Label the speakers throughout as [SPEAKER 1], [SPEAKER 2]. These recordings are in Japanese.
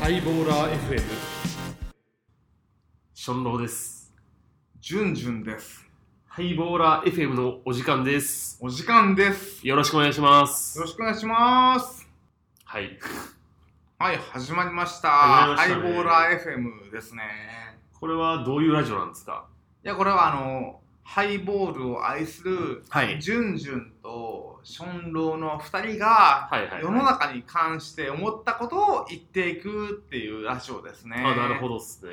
[SPEAKER 1] ハイボーラー FM ションローです
[SPEAKER 2] じゅんじゅんです。
[SPEAKER 1] ハイボーラー FM のお時間です
[SPEAKER 2] お時間です。
[SPEAKER 1] よろしくお願いします
[SPEAKER 2] よろしくお願いします。
[SPEAKER 1] はい
[SPEAKER 2] はい、始まりました。
[SPEAKER 1] 始ま
[SPEAKER 2] ハイ
[SPEAKER 1] り
[SPEAKER 2] ボ
[SPEAKER 1] ましたね
[SPEAKER 2] ーラー FM ですね。
[SPEAKER 1] これはどういうラジオなんですか
[SPEAKER 2] いや、これはあの、ハイボールを愛する、
[SPEAKER 1] はい
[SPEAKER 2] じゅんじゅんとションローの二人が、
[SPEAKER 1] はいはい、はい、
[SPEAKER 2] 世の中に関して思ったことを言っていくっていうラジオですね。
[SPEAKER 1] あなるほどっすね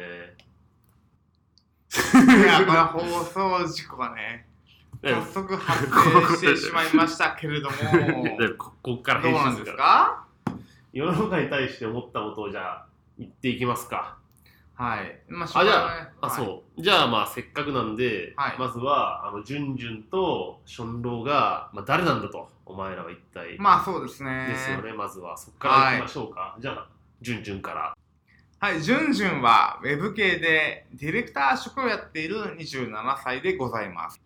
[SPEAKER 2] いや、これは放送事故がね、
[SPEAKER 1] だ
[SPEAKER 2] 早速発生してしまいました けれども、
[SPEAKER 1] からここっから
[SPEAKER 2] どう
[SPEAKER 1] 編
[SPEAKER 2] なん
[SPEAKER 1] 集
[SPEAKER 2] ですす
[SPEAKER 1] るから
[SPEAKER 2] か
[SPEAKER 1] 世の中に対して思ったことをじゃあ言っていきますか
[SPEAKER 2] はい。まあ、
[SPEAKER 1] あじゃ
[SPEAKER 2] しょうがない
[SPEAKER 1] あ,、あ
[SPEAKER 2] はい
[SPEAKER 1] そうじゃあまあせっかくなんで、
[SPEAKER 2] はい
[SPEAKER 1] まずはあのジュンジュンとションローが、まあ、誰なんだとお前らは一体
[SPEAKER 2] まあ、そうですね。
[SPEAKER 1] ですよね、まずは。そこから行きましょうか。じゃあ、じゅんじゅんから。
[SPEAKER 2] はい。じゅんじゅんは、ウェブ系で、ディレクター職をやっている27歳でございます。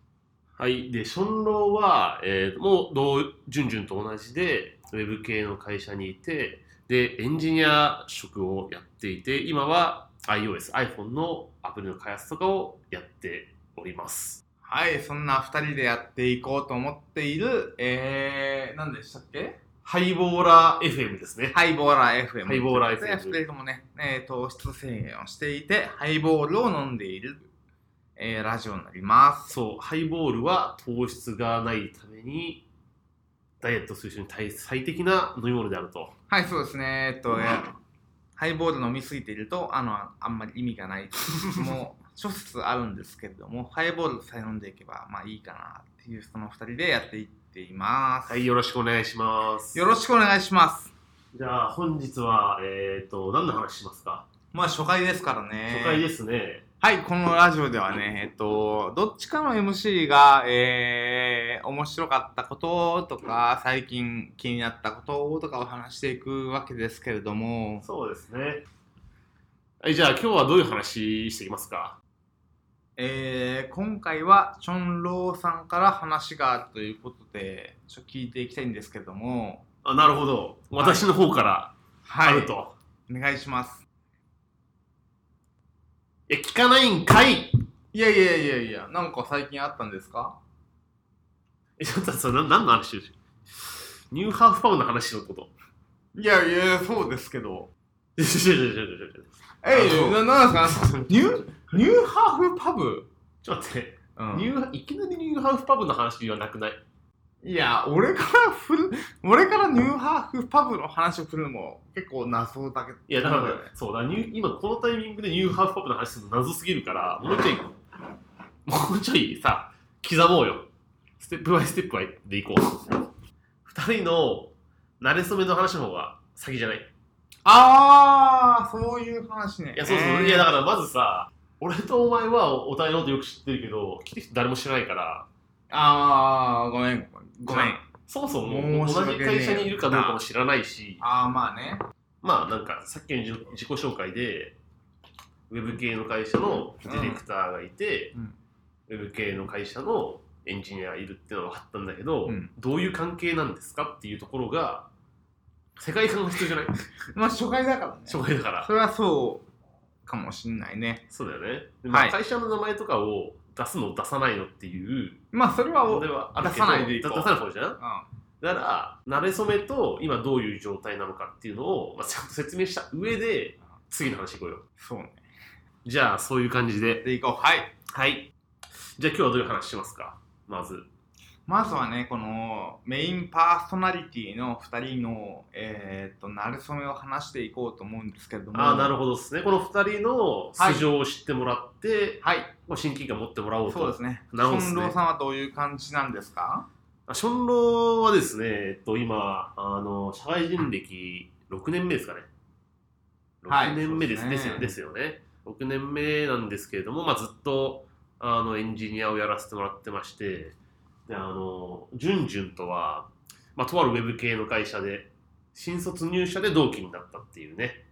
[SPEAKER 1] はい。で、ションローは、えーもう、どう、じゅんじゅんと同じで、ウェブ系の会社にいて、で、エンジニア職をやっていて、今は iOS、iPhone のアプリの開発とかをやっております。
[SPEAKER 2] はい。そんな2人でやっていこうと思っている、えー、何でしたっけ
[SPEAKER 1] ハイボーラー FM ですね。
[SPEAKER 2] ハイボーラー FM。
[SPEAKER 1] ハイボーラー FM
[SPEAKER 2] ということで2人ともね、えー糖質制限をしていて、ハイボールを飲んでいる、えー、ラジオになります。
[SPEAKER 1] そう、ハイボールは糖質がないために、ダイエットする人に対最適な飲み物であると。
[SPEAKER 2] はい、そうですね。えっと、えーハイボール飲みすぎていると、あの、あんまり意味がない。もう、 諸説あるんですけれども、ハイボールさえ飲んでいけば、まあいいかなっていう、その二人でやっていっています。
[SPEAKER 1] はい、よろしくお願いします。
[SPEAKER 2] よろしくお願いします。
[SPEAKER 1] じゃあ本日は、えっ、と、何の話しますか、
[SPEAKER 2] まあ初回ですからね。
[SPEAKER 1] 初回ですね。
[SPEAKER 2] はい、このラジオではね、えっと、どっちかの MC が、えー、面白かったこととか、最近気になったこととかを話していくわけですけれども、
[SPEAKER 1] そうですね。はい、じゃあ今日はどういう話していきますか
[SPEAKER 2] えー、今回はチョンローさんから話があるということで、ちょっと聞いていきたいんですけれども、
[SPEAKER 1] あ、なるほど。私の方から
[SPEAKER 2] は
[SPEAKER 1] あ
[SPEAKER 2] い、
[SPEAKER 1] ると。
[SPEAKER 2] お願いします。
[SPEAKER 1] え、聞かないんかい
[SPEAKER 2] いやいやいやいや、なんか最近あったんですか
[SPEAKER 1] え、ちょっとそれな何の話でしょニューハーフパウンの話のこと。
[SPEAKER 2] いやいや、そうですけど。
[SPEAKER 1] ちょちょちょちょちょ
[SPEAKER 2] え
[SPEAKER 1] あ
[SPEAKER 2] い、
[SPEAKER 1] の
[SPEAKER 2] ななんです か
[SPEAKER 1] ちょ
[SPEAKER 2] ニュー、ニューハーフパブ、
[SPEAKER 1] ちょっと待って、
[SPEAKER 2] うん
[SPEAKER 1] ニューハいきなりニューハーフパブの話はなくない
[SPEAKER 2] いや、俺から振る、俺からニューハーフパブの話を振るのも結構謎だけど。
[SPEAKER 1] いや、だから、
[SPEAKER 2] なんよね
[SPEAKER 1] そうだ、ニュー今このタイミングでニューハーフパブの話するの謎すぎるから、もうちょい、もうちょいさ、刻もうよ。ステップバイステップバイでいこう。二人の慣れ初めの話の方が先じゃない。い
[SPEAKER 2] あー、そういう話ね。
[SPEAKER 1] や、そうそう。
[SPEAKER 2] えー
[SPEAKER 1] いや、だからまずさ、俺とお前はおお互いのことよく知ってるけど、聞いてる人誰も知らないから、
[SPEAKER 2] あー、ごめん、ごめん。
[SPEAKER 1] そもそも
[SPEAKER 2] 申し
[SPEAKER 1] 同
[SPEAKER 2] 訳
[SPEAKER 1] じ
[SPEAKER 2] ねえ
[SPEAKER 1] 会社にいるかどうかも知らないし、
[SPEAKER 2] あー、まあね。
[SPEAKER 1] まあなんかさっきの自自己紹介でウェブ系の会社のディレクターがいて、
[SPEAKER 2] うん
[SPEAKER 1] ウェブ系の会社のエンジニアいるってのは分かったんだけど、
[SPEAKER 2] うん
[SPEAKER 1] どういう関係なんですかっていうところが世界観が必要じゃ ない
[SPEAKER 2] まあ、初回だからね。
[SPEAKER 1] 初回だから
[SPEAKER 2] それはそうかもしんないね。
[SPEAKER 1] そうだよね、でまあ
[SPEAKER 2] はい
[SPEAKER 1] 会社の名前とかを出すの出さないのっていう
[SPEAKER 2] まあ、それは
[SPEAKER 1] 問
[SPEAKER 2] お、うん。
[SPEAKER 1] 題はあるけど
[SPEAKER 2] 出さないでいこう
[SPEAKER 1] だ出さない方じゃんだから慣れ初めと今どういう状態なのかっていうのを、まあ、ちゃんと説明した上で次の話行こうよ
[SPEAKER 2] そうね。
[SPEAKER 1] じゃあそういう感じで
[SPEAKER 2] で、いこう。はい。
[SPEAKER 1] はい。じゃあ今日はどういう話しますかまず。
[SPEAKER 2] まずはね、このメインパーソナリティの2人の、えーっと、なるそめを話していこうと思うんですけれども。
[SPEAKER 1] ああ、なるほどですね。この2人の素性を知ってもらって、
[SPEAKER 2] はい。
[SPEAKER 1] まあ親近感持ってもらおうと。
[SPEAKER 2] そうですね。
[SPEAKER 1] なるほどですね
[SPEAKER 2] 俊郎さんはどういう感じなんですか
[SPEAKER 1] あションローはですね、えっと、今、あの、社会人歴6年目ですかね。
[SPEAKER 2] はい
[SPEAKER 1] 6年目です,、
[SPEAKER 2] そう
[SPEAKER 1] で
[SPEAKER 2] ですす
[SPEAKER 1] よ
[SPEAKER 2] ね
[SPEAKER 1] ですよね。6年目なんですけれども、まあ、ずっとあのエンジニアをやらせてもらってまして、で、あの、ジュンジュンとは、まあ、とあるウェブ系の会社で、新卒入社で同期になったっていうね。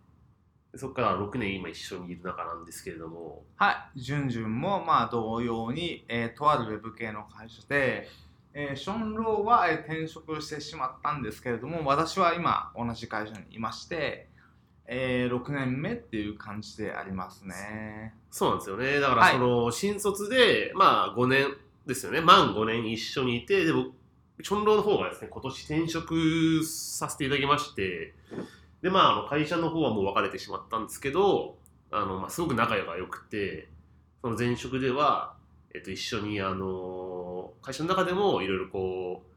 [SPEAKER 1] でそこから6年今一緒にいる中なんですけれども、
[SPEAKER 2] はい。じゅんじゅんも、まあ、同様に、えーとあるウェブ系の会社で、えーションローは、えー転職してしまったんですけれども、私は今、同じ会社にいまして、えー、6年目っていう感じでありますね。
[SPEAKER 1] そうなんですよね。だから
[SPEAKER 2] はい
[SPEAKER 1] その、新卒で、まあ5年ですよね。満5年一緒にいて、で僕、チョンローの方がですね、今年転職させていただきまして、で、まあ、あの会社の方はもう別れてしまったんですけど、あの、まあ、すごく仲が良くて、その前職では、えっと、一緒に、あの、会社の中でもいろいろこう、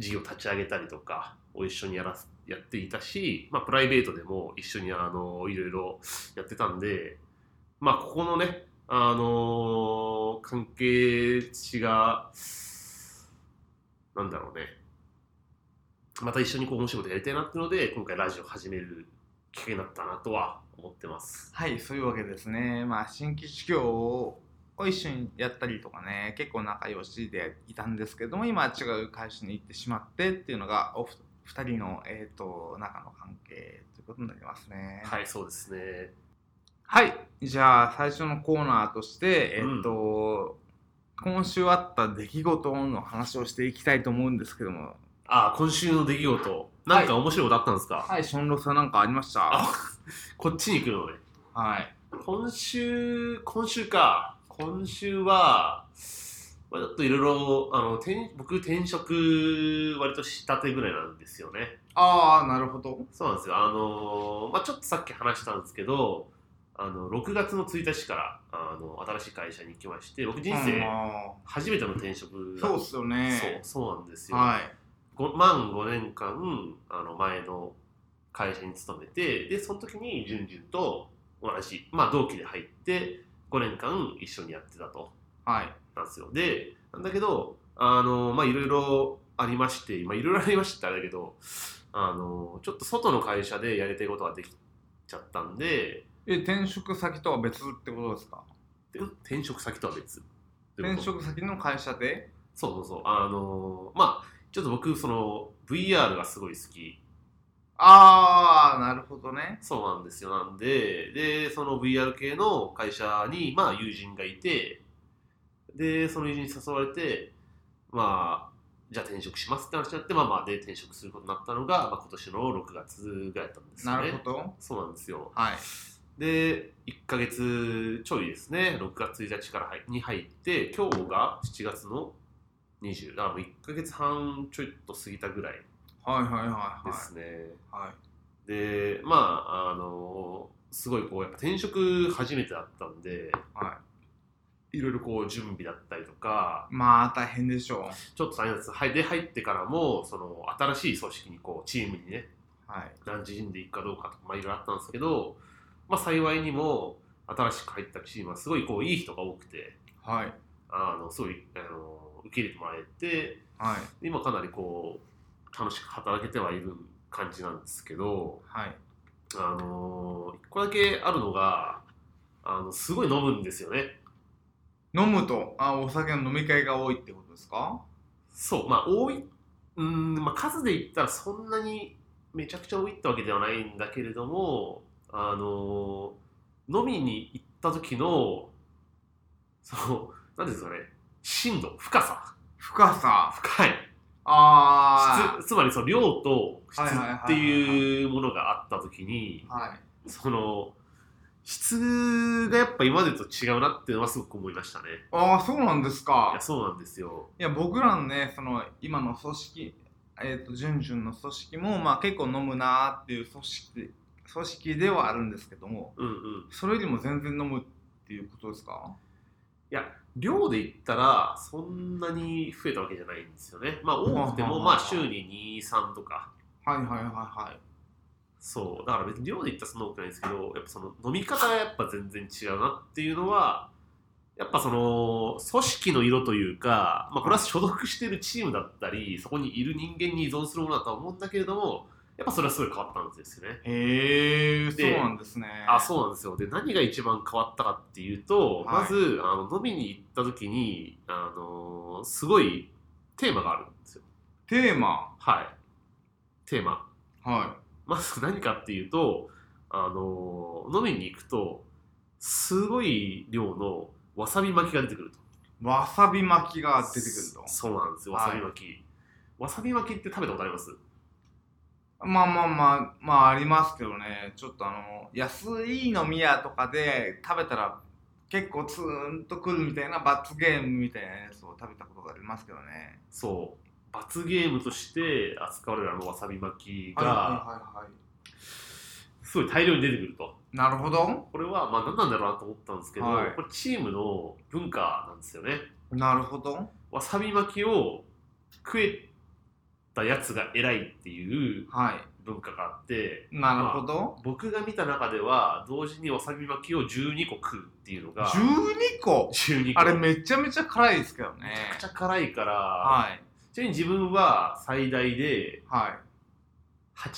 [SPEAKER 1] 事業立ち上げたりとかを一緒にやらす、やっていたし、まあ、プライベートでも一緒に、あの、いろいろやってたんで、まあ、ここのね、あのー関係値が、なんだろうね、また一緒にこう面白いことやりたいなっていうので、今回ラジオ始めるきっかけになったなとは思ってます。
[SPEAKER 2] はい、そういうわけですね。まあ、新規事業を一緒にやったりとかね、結構仲良しでいたんですけども、今は違う会社に行ってしまってっていうのが、おふ二人の、えー、と仲の関係ということになりますね。
[SPEAKER 1] はい、そうですね。
[SPEAKER 2] はい。じゃあ、最初のコーナーとして、えっと、今週あった出来事の話をしていきたいと思うんですけども、
[SPEAKER 1] あー、今週の出来事、なんか面白いことあったんですか、
[SPEAKER 2] はい、ションロスは何かありました
[SPEAKER 1] あこっちに来るのね。
[SPEAKER 2] はい。
[SPEAKER 1] 今週、今週か。今週は、まあ、ちょっといろいろ、あの、転僕転職割としたてぐらいなんですよね。
[SPEAKER 2] ああ、なるほど。
[SPEAKER 1] そうなんですよ。あのーまあ、ちょっとさっき話したんですけど、あの、6月の1日から、あの、新しい会社に行きまして、僕人生
[SPEAKER 2] あ
[SPEAKER 1] 初めての転職
[SPEAKER 2] ー
[SPEAKER 1] だ
[SPEAKER 2] そうっすよ
[SPEAKER 1] そ
[SPEAKER 2] ね。
[SPEAKER 1] う、そうなんですよ。
[SPEAKER 2] はい。
[SPEAKER 1] ご満5年間、あの、前の会社に勤めて、で、その時に、じゅんじゅんと同じ、まあ、同期で入って、5年間一緒にやってたと。
[SPEAKER 2] はい。
[SPEAKER 1] なんですよ。で、なんだけど、あの、まあ、いろいろありまして、今いろいろありましたあれだけど、あの、ちょっと外の会社でやりたいことができちゃったんで、
[SPEAKER 2] え、転職先とは別ってことですか
[SPEAKER 1] で転職先とは別。どういう
[SPEAKER 2] 転
[SPEAKER 1] こと
[SPEAKER 2] 職先の会社で
[SPEAKER 1] そうそうそう。あの、まあ、ちょっと僕、その、VR がすごい好き。
[SPEAKER 2] ああ、なるほどね。
[SPEAKER 1] そうなんですよ。なんで、で、その VR 系の会社に、まあ、友人がいて、で、その友人に誘われて、まあ、じゃあ転職しますって話になって、まあまあ、で、転職することになったのが、まあ、今年の6月ぐらいだったんですよ
[SPEAKER 2] な
[SPEAKER 1] ね。
[SPEAKER 2] るほど。
[SPEAKER 1] そうなんですよ。
[SPEAKER 2] はい。
[SPEAKER 1] で、1ヶ月ちょいですね、6月1日から入に入って、今日が7月の20、だからもう1ヶ月半ちょいっと過ぎたぐらい
[SPEAKER 2] はいはいはい
[SPEAKER 1] で
[SPEAKER 2] は
[SPEAKER 1] すね。
[SPEAKER 2] い。はい。
[SPEAKER 1] でまああのすごいこうやっぱ転職初めてだったんで、、
[SPEAKER 2] はい
[SPEAKER 1] ろいろこう準備だったりとか
[SPEAKER 2] まあ、大変でしょう。
[SPEAKER 1] ちょっと大変ですはいで入ってからもその新しい組織にこうチームにね
[SPEAKER 2] はい。
[SPEAKER 1] 何時んでいくかどうかとかまあいろいろあったんですけど、まあ、幸いにも新しく入ったチームはすごいこういい人が多くて
[SPEAKER 2] はい。
[SPEAKER 1] あのすごいあの受け入れてもらえて
[SPEAKER 2] はい。
[SPEAKER 1] 今かなりこう楽しく働けてはいる感じなんですけど。
[SPEAKER 2] はい。
[SPEAKER 1] あのー、一個だけあるのが、あの、すごい飲むんですよね。
[SPEAKER 2] 飲むとあお酒の飲み会が多いってことですか
[SPEAKER 1] そう、まあ、多い、うーん、まあ、数で言ったらそんなにめちゃくちゃ多いってわけではないんだけれども、あのー、飲みに行った時の、その、なんていうんですかね、深度、深さ、
[SPEAKER 2] 深さ
[SPEAKER 1] 深い、
[SPEAKER 2] あ
[SPEAKER 1] 質、つまりその量と質
[SPEAKER 2] はいはいはいはいはい
[SPEAKER 1] っていうものがあった時に、
[SPEAKER 2] あはい
[SPEAKER 1] その、質がやっぱ今までと違うなっていうのはすごく思いましたね。
[SPEAKER 2] ああそうなんです
[SPEAKER 1] い
[SPEAKER 2] か
[SPEAKER 1] や、そうなんですよ。
[SPEAKER 2] いや僕らのねその今の組織えっ、とじゅんじゅんの組織もまあ結構飲むなーっていう組織組織ではあるんですけども
[SPEAKER 1] うんうん。
[SPEAKER 2] それよりも全然飲むっていうことですか
[SPEAKER 1] 量で言ったら、そんなに増えたわけじゃないんですよね。まあ、多くても、
[SPEAKER 2] はあはあは
[SPEAKER 1] ま
[SPEAKER 2] あ
[SPEAKER 1] あ、週に2、3とか。
[SPEAKER 2] はいはいはいはい
[SPEAKER 1] そう。だから別に量で言ったらそんな多くないんですけど、やっぱその飲み方がやっぱ全然違うなっていうのは、やっぱその、組織の色というか、まあ、これは所属してるチームだったり、そこにいる人間に依存するものだとは思うんだけれども、やっぱそれはすごい変わったんですよね。
[SPEAKER 2] へえそう
[SPEAKER 1] で
[SPEAKER 2] なんですね
[SPEAKER 1] あそうなんですよで何が一番変わったかっていうと、
[SPEAKER 2] はい
[SPEAKER 1] まずあの飲みに行った時に、あのーすごいテーマがあるんですよ
[SPEAKER 2] テーマ
[SPEAKER 1] はいテーマ
[SPEAKER 2] は
[SPEAKER 1] まず何かっていうと、あのー飲みに行くとすごい量のわさび巻きが出てくると
[SPEAKER 2] いわさび巻きが出てくると
[SPEAKER 1] そそうなんですよわさび巻き、わさび巻きって食べたことあります
[SPEAKER 2] まあまあまあ、まあありますけどね、ちょっとあの、安い飲み屋とかで食べたら結構ツーンとくるみたいな罰ゲームみたいなやつを食べたことがありますけどね。
[SPEAKER 1] そう罰ゲームとして扱われるあのわさび巻きが、
[SPEAKER 2] はいはいは
[SPEAKER 1] すごい大量に出てくると
[SPEAKER 2] い。なるほど。
[SPEAKER 1] これはまあ何なんだろうなと思ったんですけど、
[SPEAKER 2] はい
[SPEAKER 1] これチームの文化なんですよね
[SPEAKER 2] なるほど。
[SPEAKER 1] わさび巻きを食えたやつが偉いっていう
[SPEAKER 2] は
[SPEAKER 1] 文化があって
[SPEAKER 2] い。なるほど。
[SPEAKER 1] 僕が見た中では同時にわさび巻きを12個食うっていうのが
[SPEAKER 2] 12個
[SPEAKER 1] 12個
[SPEAKER 2] あれめちゃめちゃ辛いですけどね。
[SPEAKER 1] めちゃくちゃ辛いから、
[SPEAKER 2] はい。
[SPEAKER 1] ちなみに自分は最大で
[SPEAKER 2] はい。
[SPEAKER 1] 8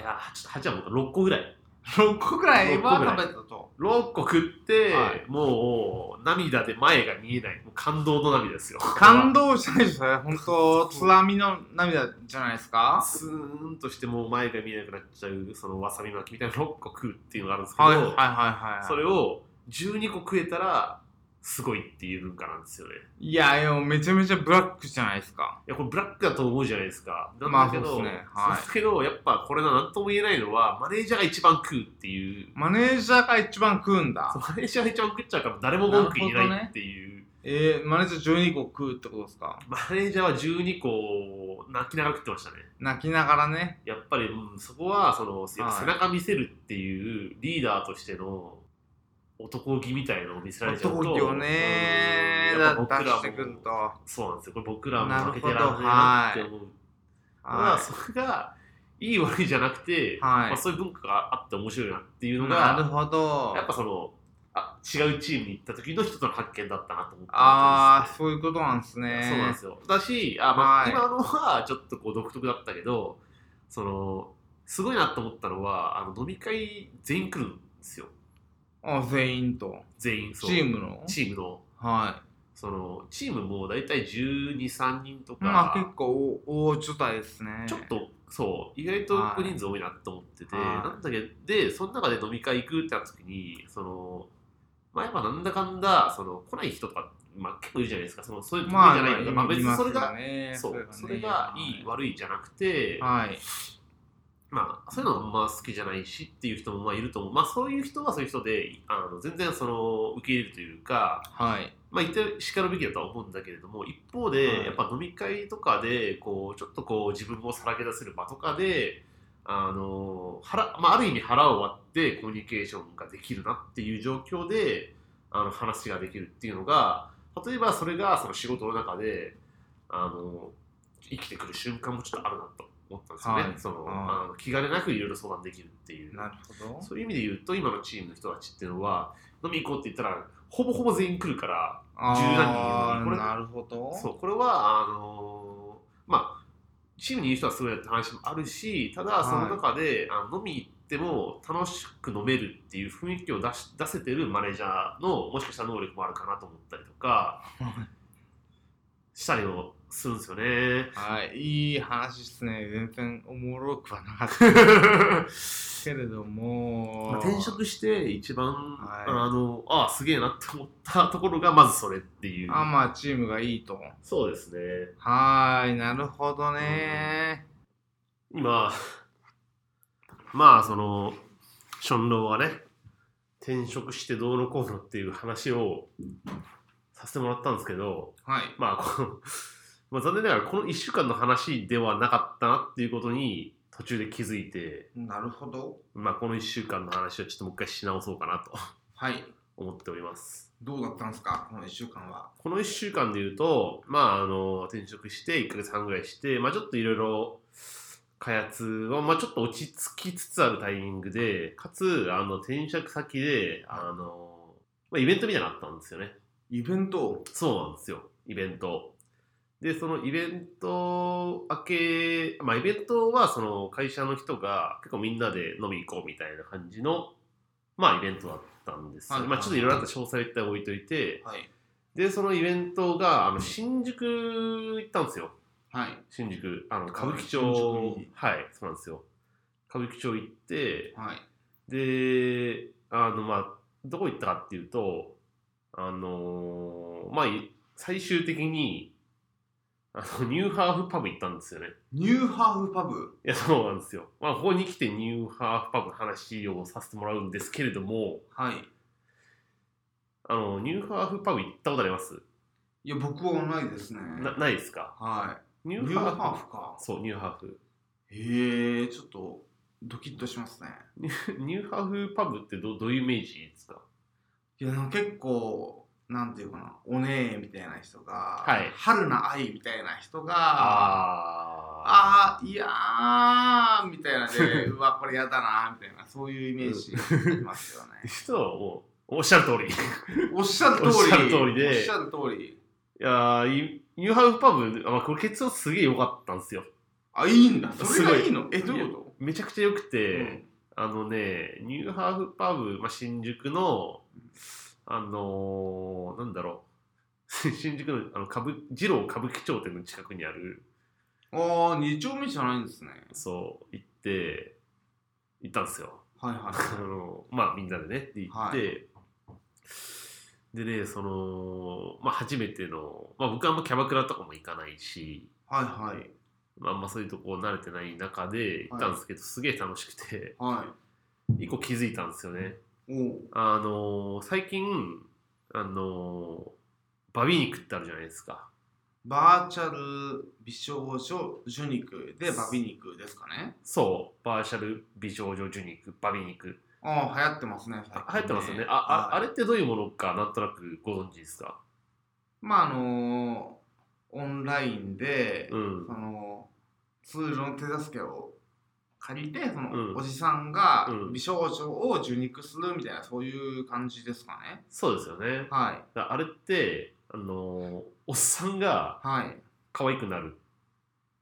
[SPEAKER 1] いや 8, 8はもっと6個ぐらい
[SPEAKER 2] 6個くらいは
[SPEAKER 1] 六個ぐらい
[SPEAKER 2] 食べたと。
[SPEAKER 1] 6個食って、
[SPEAKER 2] はい
[SPEAKER 1] もう涙で前が見えないもう感動の涙ですよ
[SPEAKER 2] 感動しないですね。本当津波の涙じゃないですか。
[SPEAKER 1] スーンとしてもう前が見えなくなっちゃうそのわさび巻きみたいなの6個食うっていうのがあるんですけど、
[SPEAKER 2] はいはいはいはい。
[SPEAKER 1] それを12個食えたらすごいっていう文化なんですよね
[SPEAKER 2] いや、いや、めちゃめちゃブラックじゃないですか。
[SPEAKER 1] いやこれブラックだと思うじゃないですかなん
[SPEAKER 2] まあ
[SPEAKER 1] だけど、
[SPEAKER 2] そうですね
[SPEAKER 1] そ
[SPEAKER 2] はい
[SPEAKER 1] うですけどやっぱこれな何とも言えないのはマネージャーが一番食うっていう
[SPEAKER 2] マネージャーが一番食うんだ
[SPEAKER 1] そ。うマネージャーが一番食っちゃうから誰も文句言えないっていう、
[SPEAKER 2] えー、マネージャー12個食うってことですか
[SPEAKER 1] マネージャーは12個を泣きながら食ってましたね
[SPEAKER 2] 泣きながらね。
[SPEAKER 1] やっぱり、うんそこはその、やっぱ
[SPEAKER 2] はい
[SPEAKER 1] 背中見せるっていうリーダーとしての男気みたいのを見せられちゃうと
[SPEAKER 2] 男気をね
[SPEAKER 1] う、んやっぱ
[SPEAKER 2] だ
[SPEAKER 1] 僕ら
[SPEAKER 2] 出
[SPEAKER 1] も
[SPEAKER 2] してくると。は
[SPEAKER 1] そうなんですよこれ僕らも
[SPEAKER 2] なる
[SPEAKER 1] 負
[SPEAKER 2] ほ
[SPEAKER 1] け
[SPEAKER 2] ど
[SPEAKER 1] てらんねえなって思うまあ
[SPEAKER 2] い。
[SPEAKER 1] それがいい悪いじゃなくて、
[SPEAKER 2] はい
[SPEAKER 1] まあ、そういう文化があって面白いなっていうの
[SPEAKER 2] なる
[SPEAKER 1] が
[SPEAKER 2] ほど
[SPEAKER 1] や。っぱそのあ違うチームに行った時の一つの発見だったなと思って
[SPEAKER 2] ああ、そういうことなんですね。
[SPEAKER 1] そうなんですよ。だし、あまあ、
[SPEAKER 2] はい
[SPEAKER 1] 今のはちょっとこう独特だったけど、その、すごいなと思ったのは、あの飲み会全員来るんですよ。
[SPEAKER 2] あ全員と。
[SPEAKER 1] 全員、
[SPEAKER 2] チ
[SPEAKER 1] そう
[SPEAKER 2] ームの
[SPEAKER 1] チームの。
[SPEAKER 2] は
[SPEAKER 1] その、チームも大体12、3人と
[SPEAKER 2] い。まあ結
[SPEAKER 1] か、
[SPEAKER 2] 構大大所帯ですね。
[SPEAKER 1] ちょっと、そう、意外と
[SPEAKER 2] はい
[SPEAKER 1] 人数多いなと思ってて、
[SPEAKER 2] はい
[SPEAKER 1] なんだけど、で、その中で飲み会行くってなった時に、その、まあやっぱなんだかんだ、その、来ない人とか、まあ結構いるじゃないですか、その、そういう
[SPEAKER 2] まあ、
[SPEAKER 1] じゃないけど、まあ別にそれが、
[SPEAKER 2] ね
[SPEAKER 1] そう
[SPEAKER 2] れがね
[SPEAKER 1] それがいい、悪いじゃなくて、
[SPEAKER 2] はい。
[SPEAKER 1] まあ、そういうのもまあ好きじゃないしっていう人もまあいると思う、まあ、そういう人はそういう人であの全然その受け入れるというか、
[SPEAKER 2] はい。
[SPEAKER 1] まあ、言ってしかるべきだとは思うんだけれども一方で、
[SPEAKER 2] はい
[SPEAKER 1] やっぱ飲み会とかでこうちょっとこう自分をさらけ出せる場とかであの腹、まあ、ある意味腹を割ってコミュニケーションができるなっていう状況であの話ができるっていうのが例えばそれがその仕事の中であの生きてくる瞬間もちょっとあるなと思ったんですよね、
[SPEAKER 2] はい
[SPEAKER 1] その
[SPEAKER 2] はい
[SPEAKER 1] あの気兼ねなくいろいろ相談できるっていう。
[SPEAKER 2] なるほど。
[SPEAKER 1] そういう意味で言うと今のチームの人たちっていうのは飲み行こうって言ったらほぼほぼ全員来るから
[SPEAKER 2] あ
[SPEAKER 1] 柔軟に
[SPEAKER 2] ー
[SPEAKER 1] これ
[SPEAKER 2] なるほど。
[SPEAKER 1] そうこれはあのーまあチームにいる人はすごいって話もあるしただ
[SPEAKER 2] い
[SPEAKER 1] その中で、あの飲み行っても楽しく飲めるっていう雰囲気を出し出せてるマネージャーのもしかしたら能力もあるかなと思ったりとかしたりもするんですよね。
[SPEAKER 2] はい、いい話ですね。全然おもろくはなかった ですけれども。
[SPEAKER 1] まあ転職して一番、
[SPEAKER 2] はい
[SPEAKER 1] あのあすげえなって思ったところがまずそれっていう
[SPEAKER 2] あ、まあ、チームがいいと。
[SPEAKER 1] そうですね
[SPEAKER 2] はーい、なるほどね。
[SPEAKER 1] 今まあそのションローはね転職してどうのこうのっていう話をさせてもらったんですけど
[SPEAKER 2] はい。
[SPEAKER 1] まあこの、まあ、残念ながらこの1週間の話ではなかったなっていうことに途中で気づいて、
[SPEAKER 2] なるほど。
[SPEAKER 1] まあ、この1週間の話をちょっともう一回し直そうかなと
[SPEAKER 2] はい。
[SPEAKER 1] 思っております
[SPEAKER 2] どうだったんですか、この1週間は。
[SPEAKER 1] この1週間で言うとまああの転職して1ヶ月半ぐらいして、まあ、ちょっといろいろ開発は、まあ、ちょっと落ち着きつつあるタイミングでかつあの転職先であの、まあ、イベントみたいなのあったんですよね
[SPEAKER 2] イベント
[SPEAKER 1] そうなんですよイベントでそのイベント明け、まあ、イベントはその会社の人が結構みんなで飲み行こうみたいな感じのまあイベントだったんですよ、
[SPEAKER 2] はい
[SPEAKER 1] まあ、ちょっといろいろあった詳細は一旦置いといて
[SPEAKER 2] はい。
[SPEAKER 1] でそのイベントがあの新宿行ったんですよ
[SPEAKER 2] はい。
[SPEAKER 1] 新宿あの歌舞伎
[SPEAKER 2] 新
[SPEAKER 1] 町
[SPEAKER 2] 宿に
[SPEAKER 1] はいそうなんですよ歌舞伎町行って
[SPEAKER 2] はい。
[SPEAKER 1] であのまあどこ行ったかっていうとあのーまあい最終的にあのニューハーフパブ行ったんですよね。
[SPEAKER 2] ニューハーフパブ
[SPEAKER 1] いや、そうなんですよ。まあ、ここに来てニューハーフパブの話をさせてもらうんですけれども、
[SPEAKER 2] はい。
[SPEAKER 1] あの、ニューハーフパブ行ったことあります
[SPEAKER 2] いや、僕はないですね。
[SPEAKER 1] なないですか
[SPEAKER 2] は
[SPEAKER 1] ニ
[SPEAKER 2] い。
[SPEAKER 1] ュー
[SPEAKER 2] ニュー
[SPEAKER 1] ハー
[SPEAKER 2] ハ
[SPEAKER 1] フ
[SPEAKER 2] ーフか。
[SPEAKER 1] そう、ニューハーフ。
[SPEAKER 2] へえ、ちょっと、ドキッとしますね。
[SPEAKER 1] ニューハーフパブってどどういうイメージですか
[SPEAKER 2] いや、なんか結構、なんていうかな、おねえみたいな人が、
[SPEAKER 1] はい
[SPEAKER 2] 春な愛みたいな人が、
[SPEAKER 1] あ
[SPEAKER 2] あー、いやー、みたい なで、うわ、これやだな、みたいな、そういうイメージありますよね
[SPEAKER 1] ー。実はもう、おっしゃる通り。い
[SPEAKER 2] おっしゃる通り。
[SPEAKER 1] おっしゃる通りで
[SPEAKER 2] おっしゃる通り。
[SPEAKER 1] やーいニューハーフパブ、あまあ、これ結論すげえ良かったんですよ。
[SPEAKER 2] あ、いいんだ。それがいいのえ、
[SPEAKER 1] す
[SPEAKER 2] ど
[SPEAKER 1] ご
[SPEAKER 2] う
[SPEAKER 1] い
[SPEAKER 2] いうこ
[SPEAKER 1] めちゃくちゃ良く
[SPEAKER 2] と、
[SPEAKER 1] て、あのね、ニューハーフパブ、まあ、新宿の、あのーなんだろう、 新宿のあの歌舞二郎歌舞伎町店の近くにある、
[SPEAKER 2] うん、ああ、二丁目じゃないんですね。
[SPEAKER 1] そう、行って、行ったんですよ。
[SPEAKER 2] はいはい。
[SPEAKER 1] あのまあ、みんなでね、行って、
[SPEAKER 2] は
[SPEAKER 1] でね、その、まあ、初めての、まあ、僕はあんまキャバクラとかも行かないし、
[SPEAKER 2] はいはい。
[SPEAKER 1] まあ、あんまそういうとこ慣れてない中で行ったんですけど、すげえ楽しくて、
[SPEAKER 2] は
[SPEAKER 1] 一個気づいたんですよね。
[SPEAKER 2] い。おう
[SPEAKER 1] あのー最近、あのーバビ肉ってあるじゃないですか。
[SPEAKER 2] バーチャル美少女受肉でバビ肉ですかね。
[SPEAKER 1] そう、バーチャル美少女受肉、バビ肉。
[SPEAKER 2] ああ、流行ってますね。最近
[SPEAKER 1] あ流行ってますよね。あ、あ、
[SPEAKER 2] は
[SPEAKER 1] あ
[SPEAKER 2] い
[SPEAKER 1] れってどういうものか、なんとなくご存知ですか。
[SPEAKER 2] まあ、あのーオンラインで、
[SPEAKER 1] うん
[SPEAKER 2] そ。のツールの手助けを借りて、その、
[SPEAKER 1] うん
[SPEAKER 2] おじさんが
[SPEAKER 1] うん
[SPEAKER 2] 美少女を受肉するみたいな、そういう感じですかね。
[SPEAKER 1] そうですよね。
[SPEAKER 2] はい。
[SPEAKER 1] だあれって、あのーおっさんが
[SPEAKER 2] はい。
[SPEAKER 1] 可愛くなるっ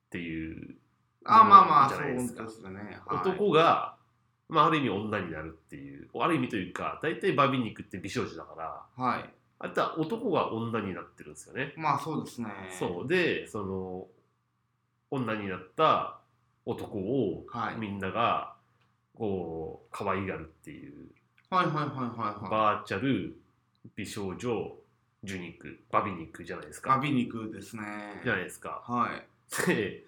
[SPEAKER 1] ていう、
[SPEAKER 2] あまあまあ、
[SPEAKER 1] じゃ
[SPEAKER 2] そう
[SPEAKER 1] ないですか
[SPEAKER 2] ですよね。はい、
[SPEAKER 1] 男が、まあ、ある意味女になるっていう、ある意味というか、大体バビ肉って美少女だから、
[SPEAKER 2] はい。
[SPEAKER 1] あれって男が女になってるんですよね。
[SPEAKER 2] まあそうですね。
[SPEAKER 1] そうでその女になった男を
[SPEAKER 2] はい
[SPEAKER 1] みんながこう可愛がるっていう、
[SPEAKER 2] はいはいはいはいはい。
[SPEAKER 1] バーチャル美少女受肉バビ肉じゃないですか
[SPEAKER 2] ガビ肉ですね。
[SPEAKER 1] じゃないですか
[SPEAKER 2] はい。
[SPEAKER 1] で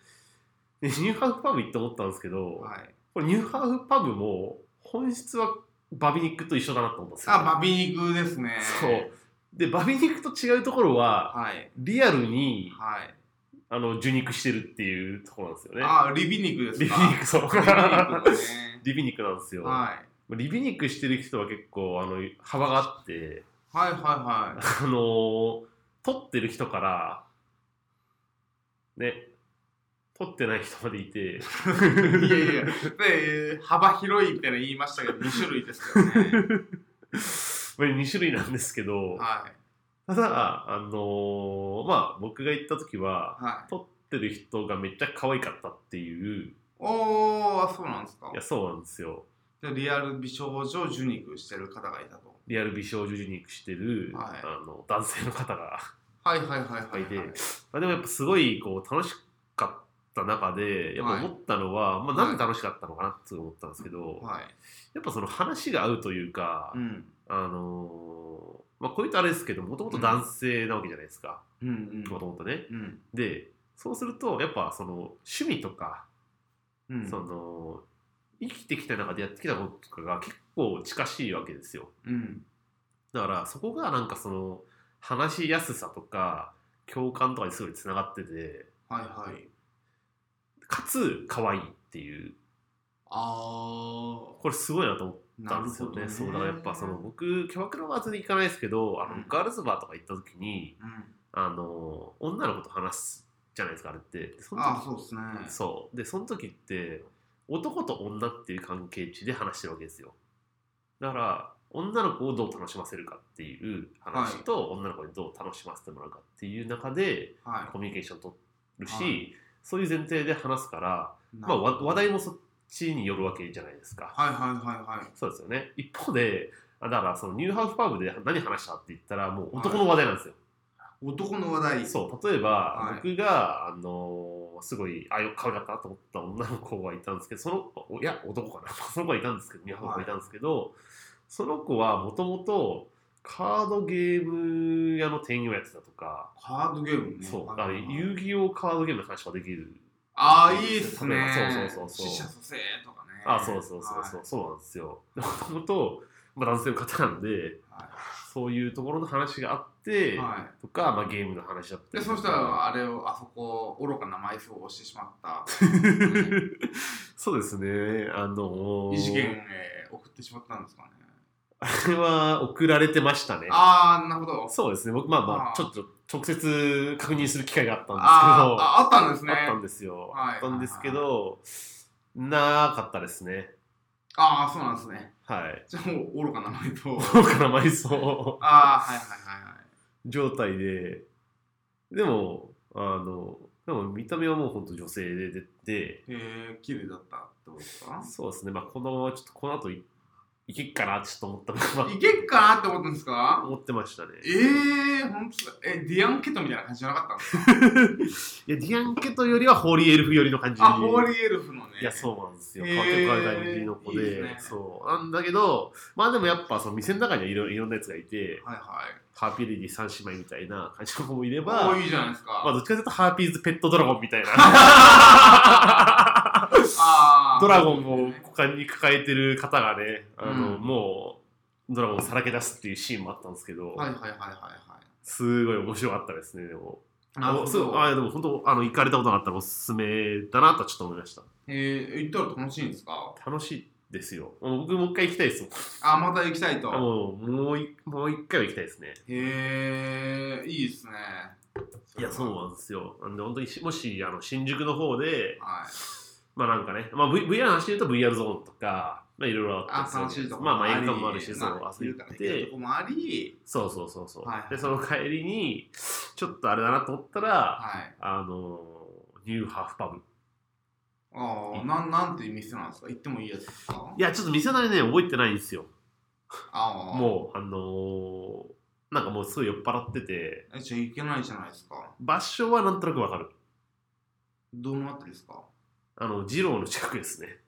[SPEAKER 1] でニューハーフパブ行って思ったんですけど、
[SPEAKER 2] はい。
[SPEAKER 1] これニューハーフパブも本質はバビ肉と一緒だなと思ったんですよ
[SPEAKER 2] あ、バビ肉ですね。
[SPEAKER 1] そうでバビ肉と違うところは
[SPEAKER 2] はい。
[SPEAKER 1] リアルに
[SPEAKER 2] はい。
[SPEAKER 1] あの受肉してるっていうところなんですよね
[SPEAKER 2] あ、リビ肉です
[SPEAKER 1] リビ
[SPEAKER 2] か。
[SPEAKER 1] 肉そう
[SPEAKER 2] リビ肉ですね。
[SPEAKER 1] リビ肉なんですよ、
[SPEAKER 2] はい。
[SPEAKER 1] リビ肉してる人は結構あの幅があって
[SPEAKER 2] はいはいはい。
[SPEAKER 1] あのー撮ってる人からね撮ってない人までいて
[SPEAKER 2] いや いや、で、幅広いみたいな言いましたけど、2種類ですよね。
[SPEAKER 1] これ2種類なんですけど、
[SPEAKER 2] はい。
[SPEAKER 1] ただあのーまあ僕が行った時は
[SPEAKER 2] はい。
[SPEAKER 1] 撮ってる人がめっちゃ可愛かったっていう
[SPEAKER 2] おー、そうなんですか
[SPEAKER 1] いや。そうなんですよ
[SPEAKER 2] じゃあリアル美少女受肉してる方がいたと。
[SPEAKER 1] リアル美少女受肉してる、
[SPEAKER 2] はい
[SPEAKER 1] あの男性の方が
[SPEAKER 2] はいはいはいはい、はい。
[SPEAKER 1] でまあ、でもやっぱすごいこう楽しかった中でやっぱ思ったのは、まあ、なんで楽しかったのかなって思ったんですけど、
[SPEAKER 2] はい。
[SPEAKER 1] やっぱその話が合うというか、
[SPEAKER 2] うん。
[SPEAKER 1] あのーまあ、こういうとあれですけどもともと男性なわけじゃないですか
[SPEAKER 2] うんうん。
[SPEAKER 1] もともとね。
[SPEAKER 2] うん。
[SPEAKER 1] でそうするとやっぱその趣味とか、
[SPEAKER 2] うん
[SPEAKER 1] その生きてきた中でやってきたこととかが結構近しいわけですよ。
[SPEAKER 2] うん。
[SPEAKER 1] だからそこがなんかその話しやすさとか共感とかにすごいつながってて
[SPEAKER 2] はいはい。
[SPEAKER 1] かつ可愛いっていう
[SPEAKER 2] あ
[SPEAKER 1] これすごいなと思っ
[SPEAKER 2] あ。
[SPEAKER 1] たんですよねそうだからやっぱその僕キャバクラは全然行かないですけどあ
[SPEAKER 2] う
[SPEAKER 1] の
[SPEAKER 2] ん
[SPEAKER 1] ガールズバーとか行った時に
[SPEAKER 2] うん。
[SPEAKER 1] あの女の子と話すじゃないですかあれってでその時
[SPEAKER 2] ああ、そうですね。
[SPEAKER 1] そうでその時って男と女っていう関係値で話してるわけですよだから女の子をどう楽しませるかっていう話と、女の子にどう楽しませてもらうかっていう中で
[SPEAKER 2] は
[SPEAKER 1] コミュニケーション取るし、
[SPEAKER 2] はい
[SPEAKER 1] そういう前提で話すから、
[SPEAKER 2] い。
[SPEAKER 1] まあ、わ話
[SPEAKER 2] 題。
[SPEAKER 1] 題もそっちによるわけじゃないですか、
[SPEAKER 2] はいはいはいはい。
[SPEAKER 1] そうですよね。一方で、あだからそのニューハーフパブで何話したって言ったら、もう男の話題なんですよ。
[SPEAKER 2] 男の話題。
[SPEAKER 1] そう、例えば、
[SPEAKER 2] はい
[SPEAKER 1] 僕が、あのーすごい、あ、よ可愛かったと思った女の子がいたんですけど、その子、 いや、男かな、その子がいたんですけど、ニューハーフがいたんですけど、その子はもともと、カードゲーム屋の店員をやってたとか、
[SPEAKER 2] カードゲームね。
[SPEAKER 1] そう、だ
[SPEAKER 2] あ
[SPEAKER 1] から遊戯王カードゲームの話はできる。
[SPEAKER 2] あー、いいっすね。
[SPEAKER 1] そうそうそうそう
[SPEAKER 2] 死者蘇生とかね。
[SPEAKER 1] あ、そうそうそうそう、そうなんですよ。もともと、まあ、男性の方なんで、
[SPEAKER 2] は
[SPEAKER 1] そういうところの話があって、
[SPEAKER 2] い。は
[SPEAKER 1] とか、まあ、ゲームの話だった
[SPEAKER 2] い。で、
[SPEAKER 1] り
[SPEAKER 2] そ
[SPEAKER 1] と
[SPEAKER 2] した、
[SPEAKER 1] から
[SPEAKER 2] あれを、あそこ、愚かな埋葬をしてしま った。
[SPEAKER 1] そうですね、あのー、
[SPEAKER 2] 異次元へ送ってしまったんですかね。
[SPEAKER 1] これは送られてましたね。
[SPEAKER 2] あー、なるほど。
[SPEAKER 1] そうですね、僕、まあまあ、
[SPEAKER 2] あー
[SPEAKER 1] ちょっと直接確認する機会があったん
[SPEAKER 2] あー
[SPEAKER 1] で
[SPEAKER 2] あ、あったんですす
[SPEAKER 1] けど、
[SPEAKER 2] ね。
[SPEAKER 1] あったんですよ。
[SPEAKER 2] はい
[SPEAKER 1] あったんですけど、なかったですね。
[SPEAKER 2] ああ、そうなんですね。
[SPEAKER 1] はい。
[SPEAKER 2] じゃあもう愚かな埋葬。
[SPEAKER 1] 僕から埋葬
[SPEAKER 2] ああ、はいはいはいはい。
[SPEAKER 1] 状態で、でも、あの、でも見た目はもう本当女性で出て、
[SPEAKER 2] えー、綺麗だったってことですか
[SPEAKER 1] そうですね、まあ、このままちょっとこの後いいけっかなってちょっと思ったのが
[SPEAKER 2] いけっかなって思ったんですか
[SPEAKER 1] 思ってましたね。
[SPEAKER 2] ええー、ほんとだえ、ディアンケトみたいな感じじゃなかったんですか
[SPEAKER 1] いや、ディアンケトよりはホーリーエルフよりの感じ。
[SPEAKER 2] あ、ホーリーエルフのね。
[SPEAKER 1] いや、そうなんですよ。
[SPEAKER 2] へ
[SPEAKER 1] 変
[SPEAKER 2] ー
[SPEAKER 1] わってる体の子で
[SPEAKER 2] いいですね
[SPEAKER 1] そう。なんだけど、まあでもやっぱ、その店の中にはいろいろんなやつがいて、
[SPEAKER 2] はいはい。
[SPEAKER 1] ハーピーレディ三姉妹みたいな感じの子もいれ
[SPEAKER 2] ま
[SPEAKER 1] ば
[SPEAKER 2] あ、、いいじゃないですか。
[SPEAKER 1] まあどっちかというとハーピーズペットドラゴンみた いな、
[SPEAKER 2] あー
[SPEAKER 1] ドラゴンを股間に抱えてる方がね、あの、
[SPEAKER 2] うん
[SPEAKER 1] もう、ドラゴンをさらけ出すっていうシーンもあったんですけど、
[SPEAKER 2] はいはいはいはいはい。
[SPEAKER 1] すごい面白かったですね、でも。
[SPEAKER 2] なるほ
[SPEAKER 1] あそう
[SPEAKER 2] ど。
[SPEAKER 1] あいやでも本当、あの、行かれたことがあったらおすすめだなとちょっと思いました。
[SPEAKER 2] えー、行ったら楽しいんですか
[SPEAKER 1] 楽しいですよ。もう僕もう一回行きたいですもん
[SPEAKER 2] あ、また行きたいと。
[SPEAKER 1] あもう、もうい、もう一回は行きたいですね。
[SPEAKER 2] へえ、いいですね。
[SPEAKER 1] いや、そうなんですよ。なんで、本当にし、もし、あの、新宿の方で、
[SPEAKER 2] はい。
[SPEAKER 1] まあなんかね、まあ、v、VR の話で言うと VR ゾーンとか、まあいろいろあっ
[SPEAKER 2] あ
[SPEAKER 1] た、り
[SPEAKER 2] 楽
[SPEAKER 1] す
[SPEAKER 2] し
[SPEAKER 1] る
[SPEAKER 2] い
[SPEAKER 1] じゃないです
[SPEAKER 2] とこ
[SPEAKER 1] かまあまあ、
[SPEAKER 2] り
[SPEAKER 1] 映画もあるし、そう、遊び
[SPEAKER 2] 言う
[SPEAKER 1] に行
[SPEAKER 2] た
[SPEAKER 1] っ
[SPEAKER 2] ら行けると
[SPEAKER 1] て、
[SPEAKER 2] こもあり、
[SPEAKER 1] そうそうそうそう、
[SPEAKER 2] はいはい
[SPEAKER 1] で、その帰りに、ちょっとあれだなと思ったら、
[SPEAKER 2] はい。
[SPEAKER 1] あのーニューハーフパブ。
[SPEAKER 2] ああ、なん、なんていう店なんですか行ってもいいやつですか
[SPEAKER 1] いや、ちょっと店内ね、覚えてないんですよ。
[SPEAKER 2] ああ。
[SPEAKER 1] もう、あのーなんかもうすごい酔っ払ってて、
[SPEAKER 2] え、じゃあ行けないじゃないですか。
[SPEAKER 1] 場所はなんとなくわかる。
[SPEAKER 2] どのあたりですか
[SPEAKER 1] あの、二郎の近くですね。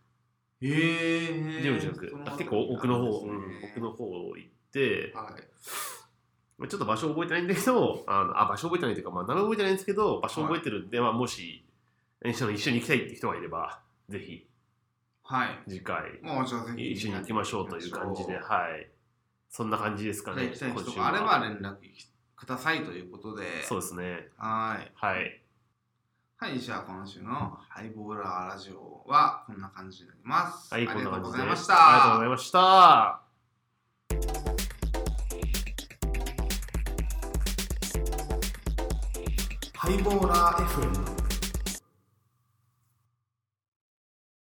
[SPEAKER 2] へえ。
[SPEAKER 1] ジムジムクあ結構奥の方、うん奥の
[SPEAKER 2] 方。
[SPEAKER 1] 方を行って、
[SPEAKER 2] はい。
[SPEAKER 1] まあちょっと場所覚えてないんだけど、あのあ場所覚えてないというか、まあ、名前覚えてないんですけど、場所覚えてるんで、まあ、もし、一緒に一緒に行きたいって人がいれば、ぜひ、
[SPEAKER 2] はい。
[SPEAKER 1] 次回、
[SPEAKER 2] もうじゃあぜひ。
[SPEAKER 1] 一緒に行きましょうという感じで、
[SPEAKER 2] 行きましょ
[SPEAKER 1] はい。そんな感じです
[SPEAKER 2] う
[SPEAKER 1] か
[SPEAKER 2] じゃあ
[SPEAKER 1] ね、
[SPEAKER 2] 行きたい人
[SPEAKER 1] 今週
[SPEAKER 2] があれば連絡くださいということで。
[SPEAKER 1] そうですね。
[SPEAKER 2] はい。
[SPEAKER 1] はい。
[SPEAKER 2] はい、じゃあ今週のハイボーラーラジオはこんな感じになります。
[SPEAKER 1] はい、
[SPEAKER 2] あ
[SPEAKER 1] こ
[SPEAKER 2] り
[SPEAKER 1] ん
[SPEAKER 2] が
[SPEAKER 1] な
[SPEAKER 2] と
[SPEAKER 1] 感じ
[SPEAKER 2] うござ
[SPEAKER 1] で。
[SPEAKER 2] いました。
[SPEAKER 1] ありがとうございました。
[SPEAKER 2] ハイボーラー FM。